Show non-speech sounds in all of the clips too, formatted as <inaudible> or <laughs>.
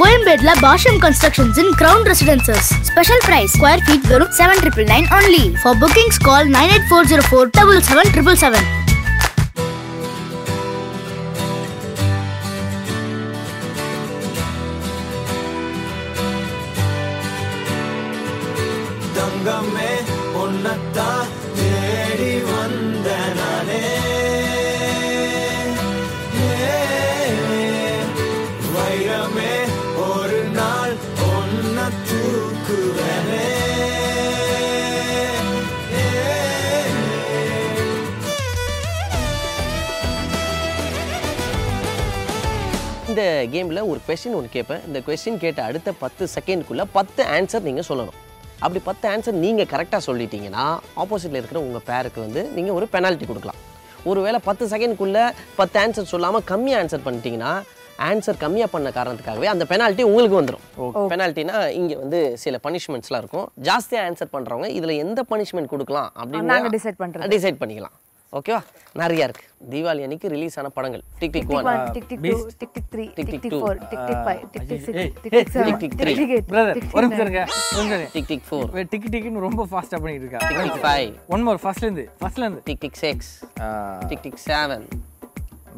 கோயம்பேட்ல Basham constructions in ground residences special price square feet வெறும் seven triple nine only for bookings call nine eight four zero four double seven triple seven தங்கமே உன்னத்தா தேடி வந்த நானே ஏ, வைரமே ஒரு நாள் ஒன்ன தூக்குவனே இந்த கேமில் ஒரு கொஸ்டின் ஒன்று கேட்பேன் இந்த கொஸ்டின் கேட்ட அடுத்த பத்து செகண்ட்குள்ளே பத்து ஆன்சர் நீங்கள் சொல்லணும் அப்படி பத்து ஆன்சர் நீங்கள் கரெக்டாக சொல்லிட்டீங்கன்னா ஆப்போசிட்டில் இருக்கிற உங்கள் பேருக்கு வந்து நீங்கள் ஒரு பெனால்ட்டி கொடுக்கலாம் ஒருவேளை பத்து செகண்ட்குள்ளே பத்து ஆன்சர் சொல்லாமல் கம்மியாக ஆன்சர் பண்ணிட்டீங்கன்னா ஆன்சர் கம்மியாக பண்ண காரணத்துக்காகவே அந்த பெனால்ட்டி உங்களுக்கு வந்துடும் பெனால்ட்டினா இங்கே வந்து சில பனிஷ்மெண்ட்ஸ்லாம் இருக்கும் ஜாஸ்தியாக ஆன்சர் பண்ணுறவங்க இதில் எந்த பனிஷ்மெண்ட் கொடுக்கலாம் நாங்க அப்படின்னு decide பண்றது. டிசைட் பண்ணிக்கலாம் ஓகேவா நிறையா இருக்கு தீபாவளி அன்னைக்கு ரிலீஸ் ஆன படங்கள் tick tick one one, tick tick two, tick tick three, Tick tick tick tick two. four, tick tick five, tick tick six, ஏய், tick tick seven, tick tick tick three. tick eight, brother tick tick ஒரு nine. நிமிஷம் இருங்க ஒரு நிமிஷம் இருங்க. Tick tick four இவன் tick டிக்குன்னு ரொம்ப ஃபாஸ்ட்டாக பண்ணிட்டு இருக்கா tick tick five one more ஃபர்ஸ்ட்லேருந்து ஃபர்ஸ்ட்லேருந்து tick tick six tick tick seven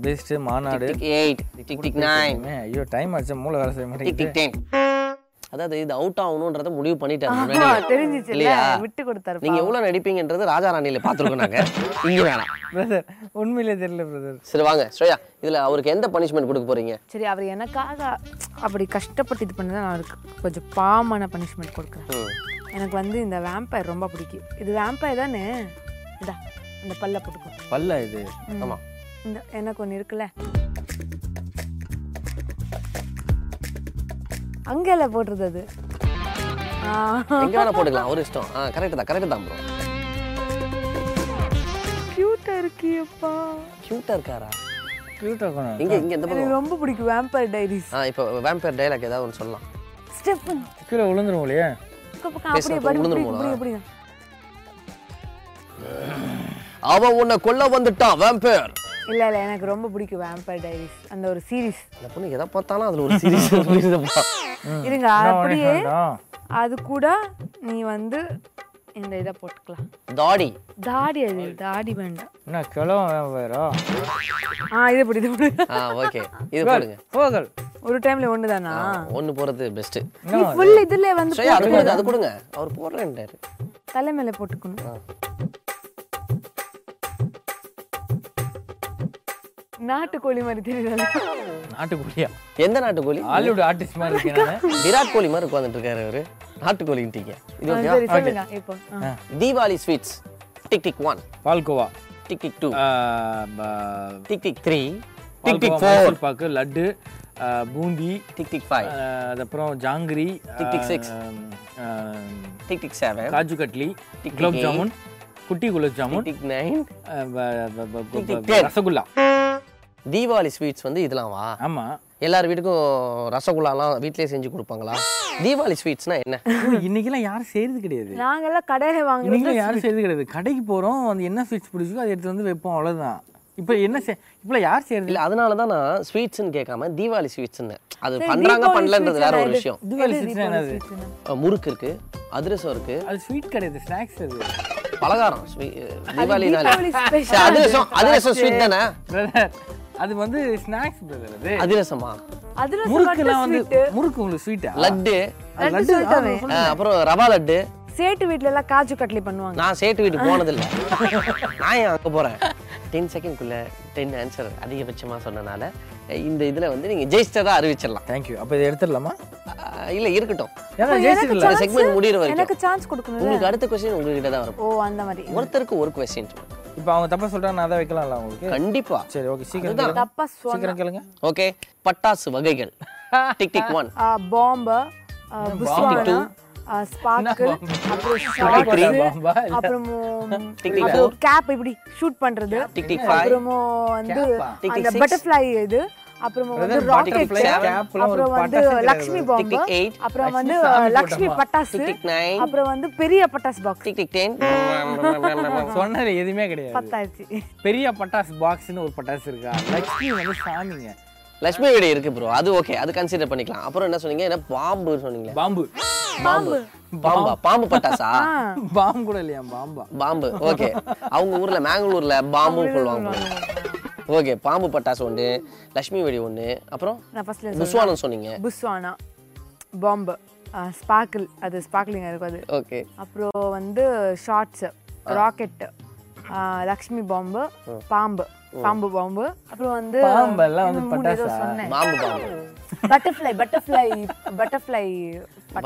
best மாநாடு tick eight tick tick nine ஏன், ஐயோ டைம் ஆச்சு மூளை வேலை செய்ய டிக் டிக் மாட்டேங்குது டென் அதாவது இது அவுட் ஆகணுன்றத முடிவு பண்ணிட்டாங்க ஆமா, முன்னாடியே. தெரிஞ்சிச்சுல்ல, இல்லையா? விட்டு கொடுத்தாரு நீங்க எவ்வளவு நடிப்பீங்கன்றது ராஜா ராணியில பார்த்துருக்கோம் நாங்க இங்க வேணாம் பிரதர் உண்மையிலே தெரியல பிரதர் சரி வாங்க ஸ்ரேயா இதுல அவருக்கு எந்த பனிஷ்மெண்ட் கொடுக்க போறீங்க சரி அவர் எனக்காக அப்படி கஷ்டப்பட்டு இது பண்ணதான் நான் அவருக்கு கொஞ்சம் பாமான பனிஷ்மெண்ட் கொடுக்குறேன் ம். எனக்கு வந்து இந்த வேம்பயர் ரொம்ப பிடிக்கும் இது வேம்பயர் தானே இதா இந்த பல்ல போட்டுக்கும் பல்ல இது ஆமா இந்த எனக்கு ஒன்று இருக்குல்ல அங்கேல போடுறது அது ஆ, எங்க வேணா போட்டுக்கலாம் அவர் இஷ்டம் ஆ கரெக்ட் தான் கரெக்ட் தான் ப்ரோ cute-ஆ இருக்கியேப்பா கியூட்டா இருக்காரா க்யூட்டாக இருக்கணும் இங்க இங்க எந்த எனக்கு பக்கம் ரொம்ப பிடிக்கும் வேம்பயர் டைரிஸ் ஆ இப்போ வேம்பயர் டைலாக் ஏதாவது ஒன்று சொல்லலாம் ஸ்டெஃபன் கீழே விழுந்துரும் இல்லையா அப்படியே பேசுனா படி, உளுந்துரும் புடி, புடி, போல. புடி. அவன் உன்னை கொல்ல வந்துட்டான் வேம்பயர் இல்ல இல்ல எனக்கு ரொம்ப பிடிக்கும் வேம்பயர் டைரிஸ் அந்த ஒரு சீரிஸ் அந்த பொண்ணு எதை பார்த்தாலும் அதுல ஒரு <laughs> சீரியஸ் இருக்குதுப்பா இருங்க என்ன அப்படியே punishment-ஆ? அது கூட நீ வந்து இந்த இதை போட்டுக்கலாம் தாடி தாடி அது தாடி வேண்டாம் என்ன கிளவன் வேறா ஆ இது பிடி இது பிடி ஆ ஓகே இது போடுங்க போகல் ஒரு டைம்ல ஒண்ணுதானா ஒன்னு போறது பெஸ்ட் நீ ஃபுல் இதுல வந்து ஸ்ரேயா அது கொடுங்க அது கொடுங்க அவர் போடுறேன்ட்டாரு தலை மேல போட்டுக்கணும் நாட்டுக்கோழி மாதிரி தெரியல நாட்டுக்குள்ளியா எந்த நாட்டுக்கோழி ஹாலிவுட் ஆர்டிஸ்ட் மாதிரி இருக்கேன் நானு. விராட் கோலி மாதிரி உட்காந்துட்டு இருக்காரு அவரு நாட்டுக்கோழின்ட்டீங்க இது ஓகே சரி சொல்லுங்க இப்போ ஆ. Deepavali sweets tick tick one palkova tick tick two ஆ, ப- tick tick three tick palkova, tick four Mysore pak laddu ஆ, பூந்தி டிக் டிக் ஃபைவ் ஆ, அதுக்கப்புறம் ஜாங்கிரி Tick, tick, six. ஆ, ஆ, tick tick seven kaju katli tick, gulab eight. Jamun குட்டி குலோப் ஜாமுன் டிக் நைன் ஆ, ப- ப- ப- Tick, ப- tick, ten. Rasgulla Deepavali sweets வந்து இதெல்லாம் வா ஆமா எல்லார் வீட்டுக்கும் ரசகுல்லாலாம் வீட்லயே செஞ்சு கொடுப்பாங்களா தீபாவளி ஸ்வீட்ஸ்னா என்ன இன்னைக்கெல்லாம் யாரும் செய்யறது கிடையாது நாங்கெல்லாம் கடையில வாங்குறது இன்னைக்கெல்லாம் யாரும் செய்யறது கிடையாது கடைக்கு போறோம் அந்த என்ன ஸ்விட்ச் பிடிச்சிக்கோ அதை எடுத்து வந்து வைப்போம் அவ்வளவுதான் இப்போ என்ன செய் இப்பெல்லாம் யார் செய்யறது இல்ல அதனால தான் நான் ஸ்வீட்ஸ்னு கேட்காம தீபாவளி ஸ்வீட்ஸ்னு அது பண்றாங்க தீபாவளி பண்ணலன்றது வேற ஒரு sweets விஷயம் தீபாவளி எது தீபாவளி ஸ்வீட்ஸ்னா என்னது sweets-னா? அஹ் முறுக்கு இருக்கு அதிரசம் இருக்கு அது ஸ்வீட் கிடையாது ஸ்நாக்ஸ் அது பலகாரம் swe- தீபாவளினாலே தீபாவளி special. சரி, அதிரசம் அதிரசம் ஸ்வீட் தானே பிரதர் அது வந்து ஸ்நாக்ஸ் பிரதர் அது அதிரசமா அதுல முறுக்குலாம் வந்து முறுக்கு உங்களுக்கு ஸ்வீட்டா லட்டு லட்டு ஆ, ஆ, அப்புறம் ரவா லட்டு சேட்டு வீட்ல எல்லாம் காஜு கட்லி பண்ணுவாங்க நான் சேட்டு வீட்டு போனதில்லை நான் ஏன் அங்கே போகிறேன் டென் செகண்ட்குள்ளே டென் ஆன்சர் அதிகபட்சமாக சொன்னனால அஹ் இந்த இதில் வந்து நீங்கள் ஜெயிச்சதாக அறிவிச்சிடலாம் தேங்க்யூ அப்போ இதை எடுத்துடலாமா இல்லை இருக்கட்டும் ஏன்னா அப்ப எனக்கு ஜெயிச்சிடல chance- segment முடியிற வரைக்கும். எனக்கு சான்ஸ் கொடுக்கணும் உங்களுக்கு அடுத்த கொஸ்டின் உங்ககிட்ட தான் வரும் ஓ அந்த மாதிரி ஒருத்தருக்கு ஒரு கொஸ்டின் இப்போ அவங்க தப்பா சொல்றாங்க நான் தான் வைக்கலாம்ல அவங்களுக்கு கண்டிப்பாக சரி ஓகே சீக்கிரம் கேளுங்க. தப்பா சொன்ன சீக்கிரம் கேளுங்க ஓகே பட்டாசு வகைகள் டிக் டிக் ஒன் பாம்பர் புஸ்வானா ஸ்பார்க்கிள் அப்புறம் ஷார்ட்ஸ் bomb-ஆ? இல்ல. அப்புறம் Tick, tick, அப்புறம் கேப் இப்படி ஷூட் பண்றது Tick, tick, five. அப்புறமோ வந்து Cap-ஆ? Tick, tick, அந்த six. பட்டர்ஃப்ளை இது அப்புறமா வந்து ராக்கெட் butterfly, cap எல்லாம் அப்புறம் ஒரு வந்து பட்டாசு லக்ஷ்மி Tick, பாம்பு tick, eight. அப்புறம் வந்து லக்ஷ்மி சாமி லக்ஷ்மி போட்டோமா? பட்டாசு Tick, tick, nine. அப்புறம் வந்து பெரிய பட்டாசு பாக்ஸ் டிக் டிக் டென் சொன்னது எதுவுமே கிடையாது பத்தாயிடுச்சு பெரிய பட்டாசு பாக்ஸ்னு ஒரு பட்டாசு இருக்கா லக்ஷ்மி வந்து சாமிங்க லட்சுமி வீடு இருக்கு ப்ரோ அது ஓகே அது கன்சிடர் பண்ணிக்கலாம் அப்புறம் என்ன சொன்னீங்க என்ன பாம்பு சொன்னீங்களே பாம்பு பாம்பு பாம்பா பாம்பு பட்டாசா பாம்பு கூட இல்லையா பாம்பா பாம்பு ஓகே அவங்க ஊர்ல மேங்களூர்ல பாம்புன்னு சொல்லுவாங்க ஓகே பாம்பு பட்டாசு ஒன்று லட்சுமி வெடி ஒன்று அப்புறம் நான் ஃபர்ஸ்ட்ல புஸ்வானம் சொன்னீங்க புஸ்வானா பாம்பு ஸ்பார்க்கிள் அது ஸ்பார்க்கிளிங்காக இருக்கும் அது ஓகே அப்புறம் வந்து ஷார்ட்ஸு ராக்கெட்டு லக்ஷ்மி பாம்பு பாம்பு பாம்பு பாம்பு அப்புறம் வந்து பாம்பெல்லாம் வந்து இன்னும் மூணு ஏதோ பட்டாசா? சொன்னேன் பாம்பு பாம்பு பட்டர்ஃப்ளை பட்டர்ஃப்ளை பட்டர்ஃப்ளை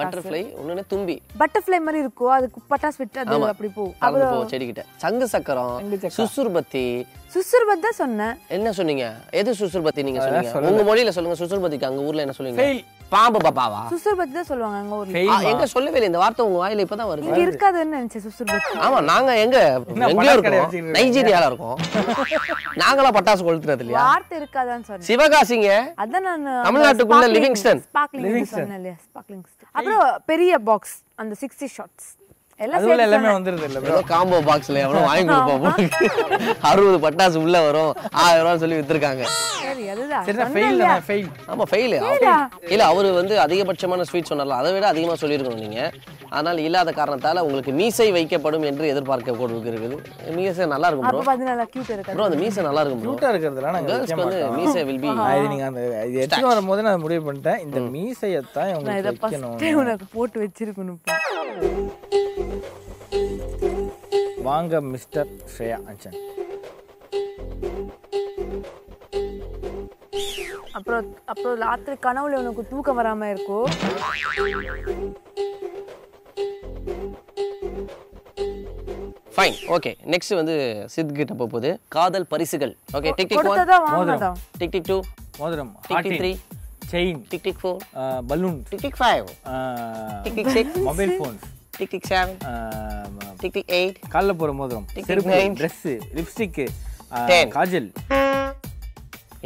பட்டர்ஃப்ளை ஒன்று தும்பி பட்டர்ஃப்ளை மாதிரி இருக்கும் அதுக்கு பட்டாசு விட்டு அது அப்படி போ பறந்து போ செடிக்கிட்ட சங்கு சக்கரம் சுசுர்பத்தி சுசுர்பத் தான் சொன்னேன் என்ன சொன்னீங்க எது சுசுர்பத்தி நீங்க சொன்னீங்க உங்க மொழியில சொல்லுங்க சுசுர்பத்திக்கு அங்க ஊர்ல என்ன சொல்லுவீங்க Fail. பாம்பு பாப்பாவா சுசுர்பத் தான் சொல்லுவாங்க எங்க ஊர்ல ஆ, எங்க சொல்லவே இல்லை இந்த வார்த்தை உங்க வாயில இப்பதான் வருது இங்க இருக்காதுன்னு நினைச்சேன் சுசுர்பத் ஆமா நாங்க எங்க எங்க பட்டாசு கடை இருக்கோம் வச்சிருக்கீங்க? நைஜீரியால இருக்கோம் நாங்களா பட்டாசு கொளுத்துறது இல்லையா வார்த்தை இருக்காதான்னு சொன்னேன் சிவகாசிங்க அதான் நான் தமிழ்நாட்டுக்குள்ள Livingston. ஸ்பார்க்லிங் சொன்னேன் இல்லையா ஸ்பார்க்லிங் அப்புறம் பெரிய பாக்ஸ் அந்த 60 ஷாட்ஸ் எல்லாம் அதுக்குள்ள சேர்த்து எல்லாமே சொன்னேன். வந்துருது இல்ல ஏதோ காம்போ பாக்ஸ்ல எவ்வளவு வாங்கி கொடுப்போம் போட்டுருக்கு. அறுபது பட்டாசு உள்ள வரும் ஆயிரம் ரூபாய் சொல்லி வித்திருக்காங்க சரி அதுதான் சரி ஃபெயில் ஃபெயில் ஆமா ஃபெயில் இல்ல அவரு வந்து அதிகபட்சமான ஸ்வீட் சொன்னார்ல அதை விட அதிகமா சொல்லியிருக்கணும் நீங்க அதனால இல்லாத காரணத்தால உங்களுக்கு மீசை வைக்கப்படும் என்று எதிர்பார்க்க கூட இருக்குது மீசை நல்லா இருக்கும் அப்ப ப்ரோ பார்த்து நல்லா கியூட் இருக்கு ப்ரோ அந்த மீசை நல்லா இருக்கும் ப்ரோ கியூட்டா இருக்கிறதுலாம் நாங்க வைக்க கேர்ள்ஸ்க்கு வந்து மாட்டோம் மீசை வில் பி அது நீங்க அந்த இது எடுத்து வரும்போது நான் முடிவு பண்ணிட்டேன் இந்த மீசையத்தான் நான் இதை இவங்களுக்கு வைக்கணும் ஃபர்ஸ்ட் உனக்கு போட்டு வச்சிருக்கணும்ப்பா வாங்க மிஸ்டர் ஸ்ரேயா அஞ்சன் அப்புறம் அப்புறம் ராத்திரி கனவுல உனக்கு தூக்கம் வராம இருக்கும் ஃபைன் ஓகே நெக்ஸ்ட் வந்து சித் கிட்ட போக போகுது காதல் பரிசுகள் ஓகே டிக் டிக் ஒன் கொடுத்ததா வாங்கினதா டிக் டிக் டூ மோதிரம் tick tick three chain tick tick four balloon tick tick five tick tick six mobile phones tick tick seven tick tick eight கால்ல போற மோதிரம் Tick, செருப்பு tick, nine. Dress lipstick Ten. Kajal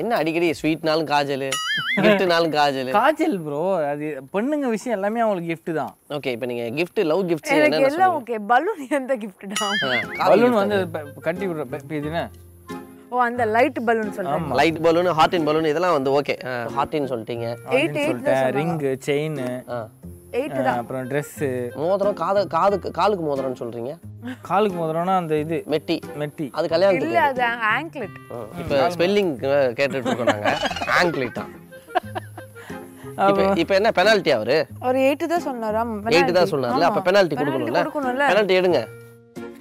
என்ன அடிக்கடி ஸ்வீட்னாலும் காஜல் கிஃப்ட்னாலும் kajal kajal bro அது பெண்ணுங்க விஷயம் எல்லாமே அவங்களுக்கு gift தான் ஓகே இப்போ நீங்க gift லவ் கிஃப்ட்ஸ் எனக்கு என்ன எல்லாம் ஓகே பலூன் <laughs> எந்த கிஃப்ட்டா பலூன் வந்து இப்ப- இப்ப கட்டி விடுற இப்ப- இப்ப இது என்ன ஓ அந்த லைட் பலூன் சொல்றேன் light balloon heart in balloon இதெல்லாம் வந்து ஓகே ஹார்டின் சொல்லிட்டீங்க எயிட் எயிட் ரிங்கு செயின் ஆ. எயிட் தான் அப்புறம் ட்ரெஸ் மோதிரம் காது காதுக்கு காலுக்கு மோதிரம்னு சொல்றீங்க காலுக்கு மோதிரம்னா அந்த இது மெட்டி மெட்டி அது கல்யாணத்துக்கு இல்ல அது ஆங்க்லெட் ஆ, இப்ப ஸ்பெல்லிங் கேட்டுட்டு இருக்கோம் நாங்க ஆங்கிலிட்டா இப்போ இப்போ என்ன பெனால்ட்டி அவரு ஒரு எயிட் தான் சொன்னாராம் எயிட் தான் சொன்னார்ல அப்ப பெனால்ட்டி கொடுக்கணும்ல கொடுக்கணும்ல பெனால்ட்டி எடுங்க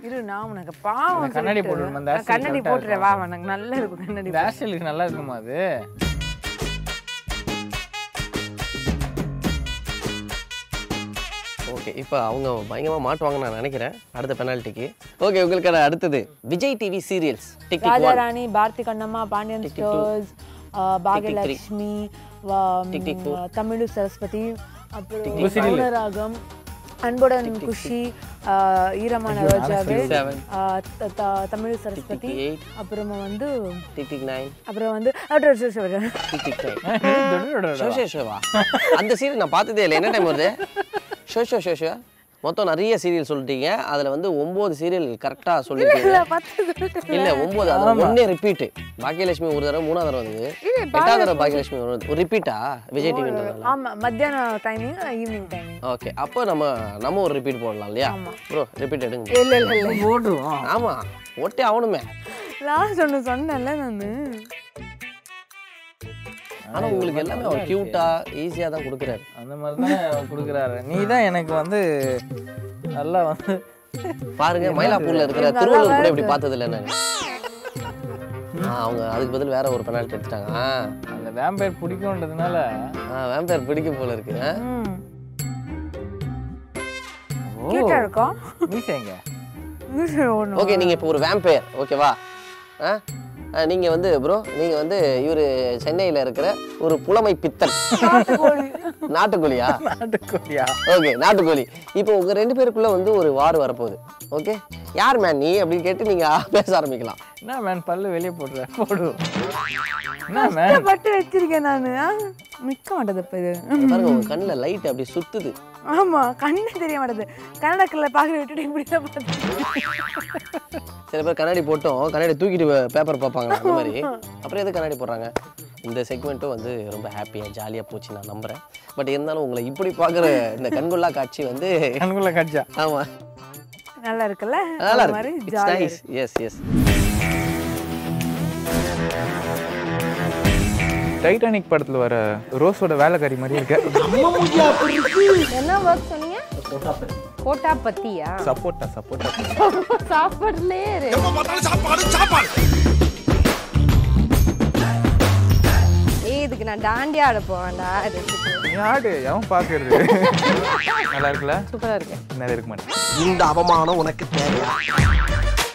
இரு நான் உனக்கு பாவம் கண்ணாடி சொல்லிட்டு. போடணும், அந்த நான் ஆசிரியர் கண்ணாடி correct ஆ போட்டுறேன் வா உனக்கு நல்லா இருக்கும் கண்ணாடி இந்த ஆஸ்டலுக்கு நல்லா இருக்குமா அது ஓகே இப்போ அவங்க பயங்கரமா மாட்டுவாங்கன்னு நான் நினைக்கிறேன் அடுத்த பெனால்ட்டிக்கு ஓகே உங்களுக்கான அடுத்தது Vijay TV serials tick tick Raja one Rani Bharathi Kannamma Pandian two. Stores Baakiyalakshmi வாம், Tick, tick, two. Tamil Saraswathi அப்புறம் Tick, tick. மௌனராகம் அன்புடன் குஷி ஆ, ஈரமான ரோஜாவே seven. ஆ, த- த- தமிழு சரஸ்வதி tick, eight. அப்புறமா வந்து டிக் டிக் நைன் அப்புறம் வந்து அப்புறம் ஒரு நிமிஷம் இரு. டிக் டிக் நைன் <laughs> டொடடொடடொட. ஷோஷோ ஷோவா அந்த சீரியல் நான் பார்த்ததே இல்லை என்ன டைம் வருது ஷோஷோ ஷோஷோ மொத்தம் நிறைய சீரியல் சொல்லிட்டீங்க அதில் வந்து ஒம்பது சீரியல் கரெக்டாக சொல்லிட்டீங்க இல்ல, பத்து இல்லை ஒம்பது அதில் ஒன்றே ரிப்பீட் பாக்கியலட்சுமி ஒரு தடவை மூணாவது தடவை வந்தது எட்டாவது தடவை பாக்கியலட்சுமி வருது ஒரு ரிப்பீட்டா விஜய் டிவின்றதால ஆமா மத்தியானம் டைமிங் ஈவினிங் டைமிங் ஓகே அப்போ நம்ம நம்ம ஒரு ரிப்பீட் போடலாம் இல்லையா ப்ரோ ரிப்பீட் எடுங்க இல்ல இல்ல இல்ல போட்டுருவோம் ஆமாம் ஒட்டே ஆகணுமே லாஸ்ட் ஒன்று சொன்னேன்ல நானு ஆனால் உங்களுக்கு எல்லாமே அவர் க்யூட்டாக ஈஸியாக தான் கொடுக்குறாரு அந்த மாதிரி தான் கொடுக்குறாரு நீ தான் எனக்கு வந்து நல்லா வந்து பாருங்க மயிலாப்பூர்ல இருக்கிற திருவள்ளுவர் கூட இப்படி பார்த்தது இல்லை நான் ஆ, அவங்க அதுக்கு பதில் வேற ஒரு பெனால்ட்டி எடுத்துட்டாங்க ஆ, அந்த வேம்பயர் பிடிக்கும்ன்றதுனால ஆ வேம்பயர் பிடிக்க போல இருக்கு ஆ. கியூட்டா இருக்கும் மீசைங்க ஒன்று ஓகே நீங்க இப்போ ஒரு வேம்பயர் ஓகேவா ஆ? ஆ, நீங்க வந்து ப்ரோ நீங்க வந்து இவரு சென்னையில இருக்கிற ஒரு புலமை பித்தன் நாட்டுக்கோழியா நாட்டுக்கோழியா ஓகே நாட்டுக்கோழி இப்போ உங்க ரெண்டு பேருக்குள்ள வந்து ஒரு வார் வரப்போகுது ஓகே யார் மேன் நீ அப்படின்னு கேட்டு நீங்க பேச ஆரம்பிக்கலாம் என்ன மேன் பல்லு வெளியே போடுற போடு என்ன மேன் பட்டு வச்சிருக்கேன் நானு ஆ? நிக்க மாட்டேது இப்ப இது பாருங்க உங்க கண்ணுல லைட் அப்படி சுத்துது ஆமா கண்ணே தெரிய மாட்டேது கன்னட கல்ல பாக்குற விட்டுட்டு இப்படி தான் சில பேர் கண்ணாடி போட்டோம் கண்ணாடி தூக்கிட்டு பேப்பர் பார்ப்பாங்க அந்த மாதிரி அப்புறம் எது கண்ணாடி போடுறாங்க இந்த செக்மெண்ட்டும் வந்து ரொம்ப ஹாப்பியாக ஜாலியாக போச்சு நான் நம்புகிறேன் பட் இருந்தாலும் உங்களை இப்படி பார்க்குற இந்த கண்கொள்ளா காட்சி வந்து கண்குள்ள காட்சா ஆமாம் நல்லா இருக்குல்ல நல்லா அது மாதிரி இருக்கு இட்ஸ் ஜாலியாக நைஸ் எஸ் எஸ் டைட்டானிக் படத்தில் வர ரோஸோட வேலைக்காரி மாதிரி இருக்க என்ன ஒர்க் சொன்னீங்க கோட்டா பத்தியா சப்போட்டா சப்போட்டா சாப்பாடுலயே இரு. ஏய் இதுக்கு நான் டாண்டியா ஆட போவேன்டா இது யாடு எவன் பார்க்கறது நல்லா இருக்குல்ல சூப்பரா இருக்கு நல்லா இருக்க மாட்டேன் இந்த அவமானம் உனக்கு தேவையா